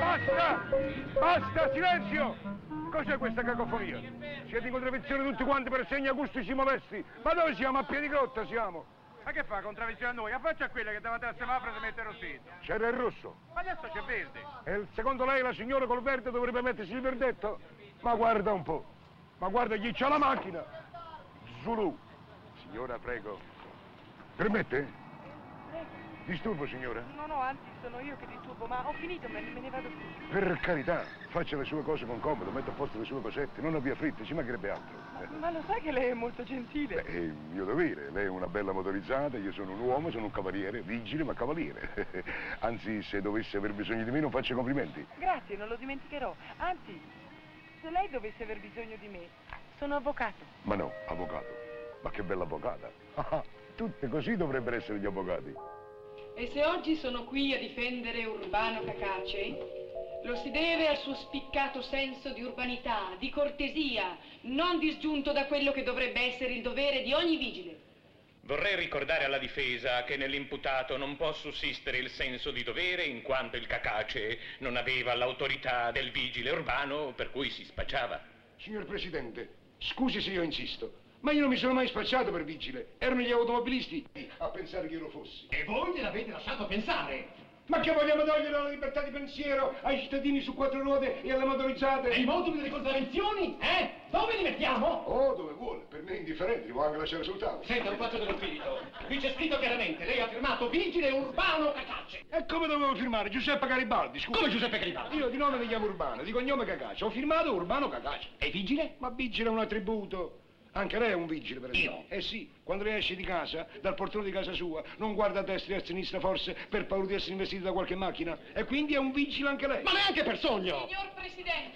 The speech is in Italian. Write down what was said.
Basta! Basta, silenzio! Cos'è questa cacofonia? Siete in contravvenzione tutti quanti per segni acustici molesti. Ma dove siamo? A Piedigrotta siamo. Ma che fa contravvenzione a noi? Affaccia a quella che davanti al semaforo si mette rossito. C'era il rosso. Ma adesso c'è verde. E il- secondo lei la signora col verde dovrebbe mettersi il verdetto? Ma guarda un po'. Ma guarda chi c'ha la macchina. Zulu. Signora, prego. Permette? Disturbo, signora? No, no, anzi, sono io che disturbo, ma ho finito, me, me ne vado qui. Per carità, faccia le sue cose con comodo, metta a posto le sue cosette, non abbia fretta, ci mancherebbe altro. Eh, Ma lo sai che lei è molto gentile? Beh, è il mio dovere, lei è una bella motorizzata, io sono un uomo, sono un cavaliere, vigile ma cavaliere. Anzi, se dovesse aver bisogno di me non faccia complimenti. Grazie, non lo dimenticherò. Anzi, se lei dovesse aver bisogno di me, sono avvocato. Ma no, avvocato. Ma che bella avvocata. Ah, Tutte così dovrebbero essere gli avvocati. E se oggi sono qui a difendere Urbano Cacace, lo si deve al suo spiccato senso di urbanità, di cortesia, non disgiunto da quello che dovrebbe essere il dovere di ogni vigile. Vorrei ricordare alla difesa che nell'imputato non può sussistere il senso di dovere in quanto il cacace non aveva l'autorità del vigile urbano per cui si spacciava. Signor Presidente, scusi se io insisto, ma io non mi sono mai spacciato per vigile. Erano gli automobilisti a pensare che io lo fossi. E voi gliel'avete lasciato pensare! Ma che vogliamo togliere la libertà di pensiero ai cittadini su quattro ruote e alle motorizzate? E i moduli delle contravvenzioni? Eh? Dove li mettiamo? Oh, dove vuole, per me è indifferente, li può anche lasciare sul tavolo. Senta, un faccio dello spirito. Qui c'è scritto chiaramente, lei ha firmato vigile urbano Cacace. E come dovevo firmare? Giuseppe Garibaldi, scusa. Come Giuseppe Garibaldi? Io di nome mi chiamo Urbano, di cognome Cacaccio. Ho firmato Urbano Cacaccio. E vigile? Ma vigile è un attributo. Anche lei è un vigile, per Io? esempio. Eh sì, quando lei esce di casa, dal portone di casa sua, non guarda a destra e a sinistra forse per paura di essere investito da qualche macchina. E quindi è un vigile anche lei. Ma neanche per sogno! Signor Presidente!